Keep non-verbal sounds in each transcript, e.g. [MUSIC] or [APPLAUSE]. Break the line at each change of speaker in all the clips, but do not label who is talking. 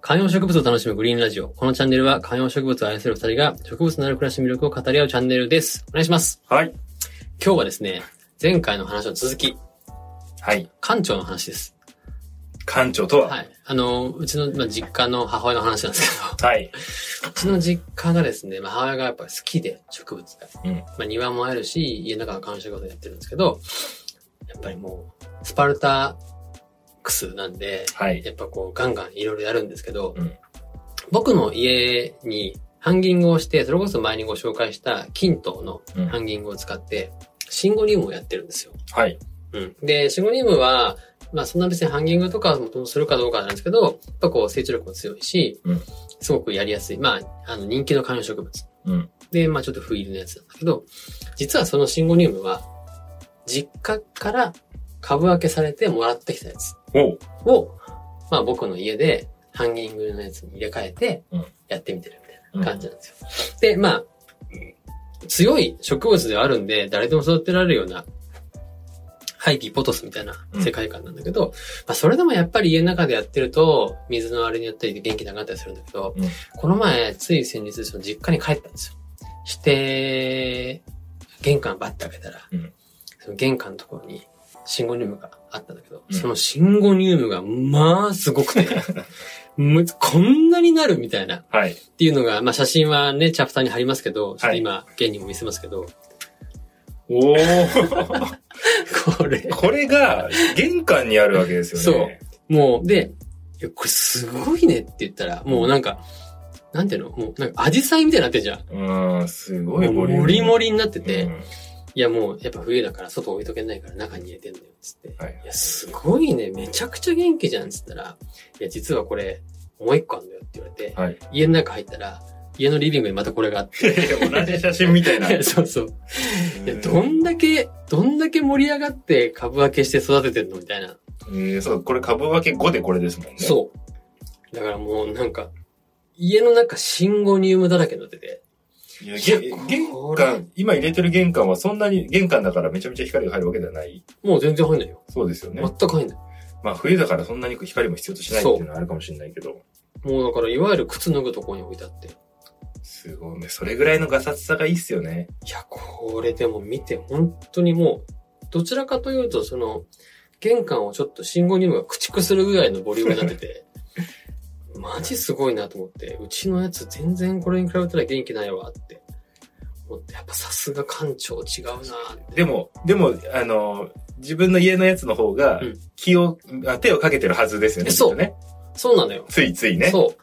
観葉植物を楽しむグリーンラジオ。このチャンネルは観葉植物を愛する二人が植物のある暮らしの魅力を語り合うチャンネルです。お願いします。
はい。
今日はですね、前回の話の続き、
はい。
館長の話です。
館長とは。は。
はいい。あの、うちの、まあ、実家の母親の話なんですけど、う [LAUGHS] ちの実家がですね、まあ、母親がやっぱり好きで、植物が。
うん
まあ、庭もあるし、家の中の観葉植物やってるんですけど、やっぱりもう、スパルタクスなんで、
はい。
やっぱこうガンガンいろいろやるんですけど、
うん
僕の家にハンギングをして、それこそ前にご紹介したキントの
うん
ハンギングを使って、シンゴニウムをやってるんですよ。
はい。
うん、で、シンゴニウムは、まあそんな別にハンギングとかもするかどうかなんですけど、やっぱこう成長力も強いし、
うん
すごくやりやすい。まあ、あの人気の観葉植物。
うん
で、まあちょっと不入りのやつなんだけど、実はそのシンゴニウムは、実家から株分けされてもらってきたやつ。
おう
を、まあ僕の家でハンギングのやつに入れ替えて
うん、
やってみてるみたいな感じなんですよ。で、まあ、強い植物ではあるんで、誰でも育てられるような、廃棄ポトスみたいな世界観なんだけど、まあそれでもやっぱり家の中でやってると、水のあれによったり元気なくなったりするんだけど、
うん
この前、つい先日、その実家に帰ったんですよ。して、玄関バッて開けたら、
うん
その玄関のところに、シンゴニウムがあったんだけど、
うん
そのシンゴニウムが、まあ、すご
[LAUGHS]
くて、もうこんなになるみたいな。っ
はい。
ていうのが、まあ、写真はね、チャプターに貼りますけど、ちょっ
は
と
い
今、現にも見せますけど、 [LAUGHS]
おお。
これ、
[LAUGHS] これが玄関にあるわけですよね。
もう、で、いやこれすごいねって言ったら、もうなんか、なんていうのもう、なんか、アジサイみたいになってんじゃん。
そう。うん、すごい
も
ボ
う
リューム。
もりもりになって
り
て、いやもう、やっぱ冬だから外置いとけないから中に入れてんだよ、つって。
はい
いや、すごいね。めちゃくちゃ元気じゃん、つったら、いや、実はこれ、もう一個あんだよって言われて、
はい。
家の中入ったら、家のリビングにまたこれがあって。
同じ写真みたいな。 [LAUGHS]
[LAUGHS] そうそう。いや、どんだけ、どんだけ盛り上がって株分けして育ててんのみたいな。
えー、そう、これ株分け5でこれですもんね。う。
そう。だからもうなんか、家の中シンゴニウムだらけになってて。
いや、
いや
げ
こ
玄
れ
関、今入れてる玄関はそんなに玄関だからめちゃめちゃ光が入るわけではない。
もう全然入んないよ。
そうですよね。
全く入んない。
まあ冬だからそんなに光も必要としないっていうのはあるかもしれないけど。
もうだから、いわゆる靴脱ぐとこに置いてあって。
すごいね。それぐらいのガサツさがいいっすよね。
いや、これでも見て、本当にもう、どちらかというと、その、玄関をちょっと信号ニウムが駆逐するぐらいのボリュームになってて、 [LAUGHS] マジすごいなと思って、うちのやつ全然これに比べたら元気ないわって思って、やっぱさすが館長違うなって。
でも、でも、あの、自分の家のやつの方が
うん、
気を、あ手をかけてるはずですよね。
そう
きっとね。
そうなのよ。
ついついね。
そ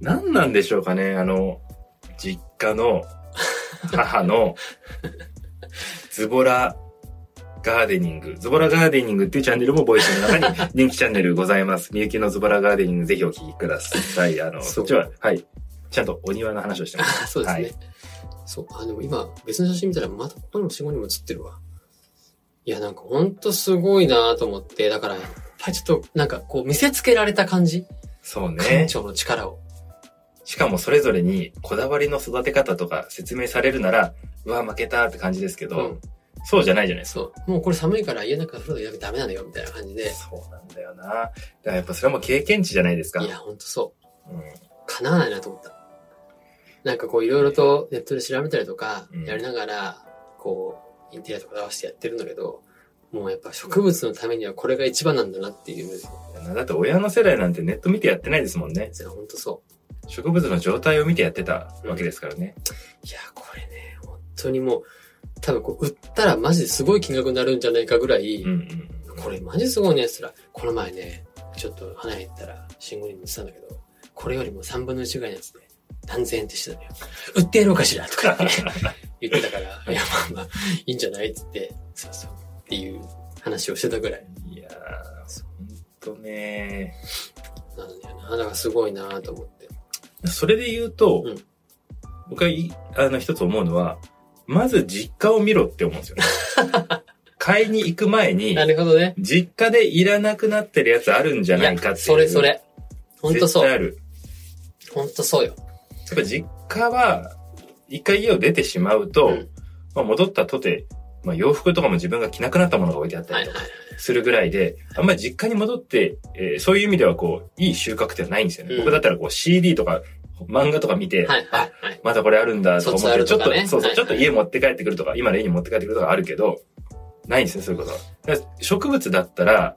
何なんでしょうかね、あの、実
[LAUGHS]
家の母のズボラガーデニング。ズボラガーデニングっていうチャンネルもボイスの中に
[LAUGHS]
人気チャンネルございます。みゆきのズボラガーデニングぜひお聞きください。あの、
そ
そうっちは、はい。ちゃんとお庭の話をして
う。
ます。
[LAUGHS] そうですね。
はい
そう。あ、でも今、別の写真見たら、またここにも信号にも写ってるわ。いや、なんかほんとすごいなと思って、だから、やっぱりちょっと、なんかこう、見せつけられた感じ
そうね
館。長の力を。
しかもそれぞれにこだわりの育て方とか説明されるなら、うわ、負けたって感じですけど、
うん
そうじゃないじゃないですか。
そう。もうこれ寒いから家の中風呂入れなきゃダメなのよ、みたいな感じで。
そうなんだよな。だからやっぱそれはもう経験値じゃないですか。
いや、ほんとそう。
うん
叶わないなと思った。なんかこう、いろいろとネットで調べたりとか
う、ん
やりながら、こう、インテリアとか合わせてやってるんだけど、もうやっぱ植物のためにはこれが一番なんだなっていう。
だって親の世代なんてネット見てやってないですもんね。
ほんとそ
植物の状態を見てやってたわけですからね。
う。いや、これね、本当にもう、多分こう、売ったらマジですごい金額になるんじゃないかぐらい、
うんうん。
これマジすごいねっつったら、この前ね、ちょっと離れ行ったら、信号にもしたんだけど、これよりも3分の1ぐらいのやつで、何千円ってしてたのよ。売ってやろうかしらとか
[LAUGHS]
言ってたから、いや、まあまあ、いいんじゃないっつって、そうそう、っていう話をしてたぐらい
いやー、ほんとね
なんだよな。だからすごいなと思って。
それで言うと、
うん
僕はいあの、一つ思うのは、まず実家を見ろって思うんですよ
[LAUGHS]
ね。買いに行く前に
な、るほどね。
実家でいらなくなってるやつあるんじゃないかっていう。
それそ。れ。ほんとそ
絶対あ
う。
る。
ほんとそうよ。
やっぱ実家は、一回家を出てしまうと、
うん
まあ、戻ったとて、まあ洋服とかも自分が着なくなったものが置いてあった
は
り
い
と
は
か
い。
するぐらいで、あんまり実家に戻って、えーそういう意味ではこう、いい収穫ってないんですよね。
うん
僕だったらこう CD とか漫画とか見て、
はい
あ
はいはい。
まだこれあるんだとか思
卒ア
って、
ル
ちょ
と
っ
か
と、
ね
そう
はい
そう、
はい
ちょっと家持って帰ってくるとか、今の家に持って帰ってくるとかあるけど、ないんですね、そういうことは。だから植物だったら、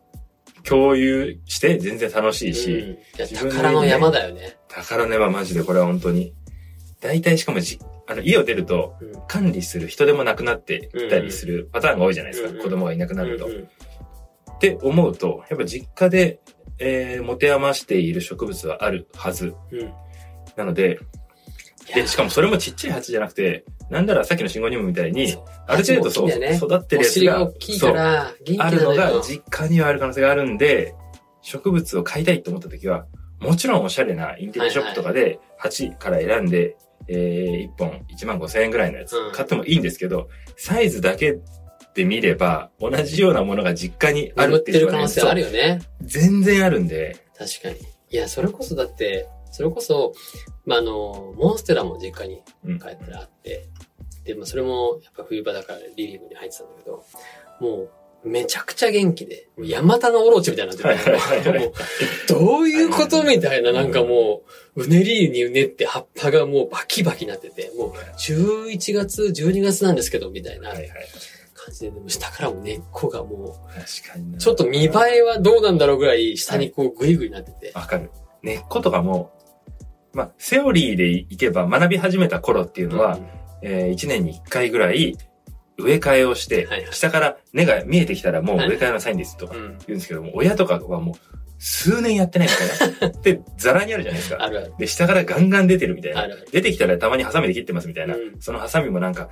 共有して全然楽しいし、
うんいや、
自分の
宝の山だよね。
宝ねはマジでこれは本当に。大体しかもじ、あの、家を出ると、
うん
管理する人でもなくなってきたりするパターンが多いじゃないですか。
うんうん
子供がいなくなると。
うん
っ
うん
て思うと、やっぱ実家で、えー、持て余している植物はあるはず。
うん
なので、で、しかもそれもちっちゃい鉢じゃなくて、なんならさっきの信号にもみたいに
そう、
ある程度そう、
鉢も大きいんだよね
育って
お
るやつ
尻が
が
大きいから、元気
そうあ
な
るの
の
が
よ。
実家にはある可能性があるんで、植物を買いたいと思った時は、もちろんおしゃれなインテリアショップとかで鉢から選んで、えー、1本1万5千円ぐらいのやつ
うん
買ってもいいんですけど、サイズだけで見れば、同じようなものが実家にある
眠っ
ってい
て
う
る可能
のがね
性あるよね。
そう全然あるんで、
確かに。いや、それこそだって、それこそ、まあ、あの、モンステラも実家に
うん
帰ったらあって、で、まあ、それも、やっぱ冬場だからリビングに入ってたんだけど、もう、めちゃくちゃ元気で、もう山田のオロチみたいになって
はいはいはい
る。
はい
もうどういうことみたいな、なんかもう、うねりにうねって葉っぱがもうバキバキなってて、もう11月、12月なんですけど、みたいな
はいはい。
感じで、でも下からも根っこがも
確かに
う、
な
ちょっと見栄えはどうなんだろうぐらい、下にこうグイグイなってて。
わかる。根っことかも、まあ、セオリーでいけば学び始めた頃っていうのは、
うん
え1年に1回ぐらい植え替えをして、
はいはい
下から根が見えてきたらもう
はい
植え替えのサインですとか
う
言
ん。
うんですけども、親とかはもう数年やってないみ
[LAUGHS]
たいな。で、ザラにあるじゃないですか。
あるある。
で、下からガンガン出てるみたい
あ
な。
る
出てきたらたまにハサミで切ってますみたいな。
うん
そのハサミもなんか、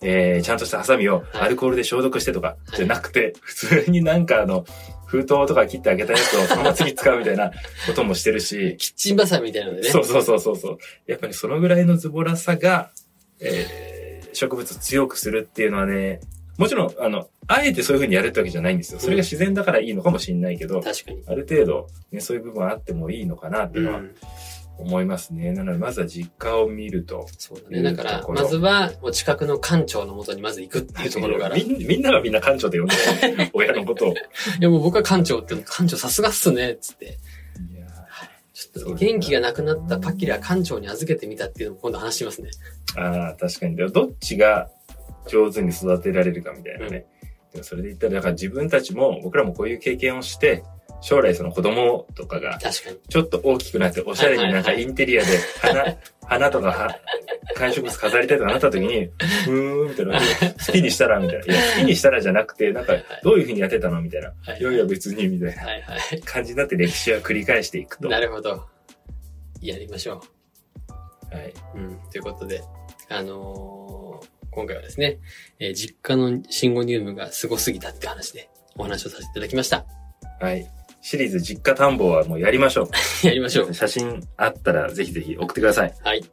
えー、ちゃんとしたハサミを
はい
アルコールで消毒してとか、じゃなくて、普通になんかあの、封筒とか切ってあげたやつをそのまま次使うみたいなこともしてるし、
キッチンバサミみたいなのでね。
そうそうそうそうそう。やっぱりそのぐらいのズボラさが、えー植物を強くするっていうのはね、もちろん、あの、あえてそういう風にやるってわけじゃないんですよ。それが自然だからいいのかもしれないけど、
確かに。
ある程度、ね、そういう部分はあってもいいのかなっていうのは思いますね。なので、まずは実家を見ると。
そうだね。だか
いう
ら
と、ころ
まずは、お近くの館長のもとにまず行くっていうところから。
みんみんながみんな館長で呼んで [LAUGHS] ない、親のことを。い
でもう僕は館長って、館長さすがっすね、っつって。
や
ちょっと元気がなくなったパッキリは館長に預けてみたっていうのも今度話しますね。
ーあー確かに。でもどっちが上手に育てられるかみたいなね。でもそれで言ったら、だから自分たちも、僕らもこういう経験をして、将来その子供とかが
確かに。
ちょっと大きくなって、おしゃれになんかインテリアで [LAUGHS] 花、花とかは、観植物飾りたいとかなった時に、うーん、みたいな。好きにしたら、みたいな。いや、好きにしたらじゃなくて、なんか、どういうふうにやってたのみたいな。
はい
いやいや、別に、みたいな
はいはい。
感じになって歴史は繰り返していくと。は。
ないるほど。やりましょう。うん。ということで、あのー今回はですね、えー実家のシンゴニウムがすごすぎたって話でお話をさせていただきました。
はい。シリーズ実家探訪はもうやりましょう。
[LAUGHS] やりましょう。
写真あったらぜひぜひ送ってください。
はい。